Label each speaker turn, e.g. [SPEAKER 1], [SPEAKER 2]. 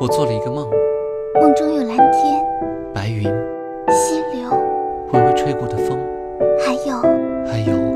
[SPEAKER 1] 我做了一个梦，
[SPEAKER 2] 梦中有蓝天、
[SPEAKER 1] 白云，
[SPEAKER 2] 溪流，
[SPEAKER 1] 微微吹过的风，
[SPEAKER 2] 还有
[SPEAKER 1] 还有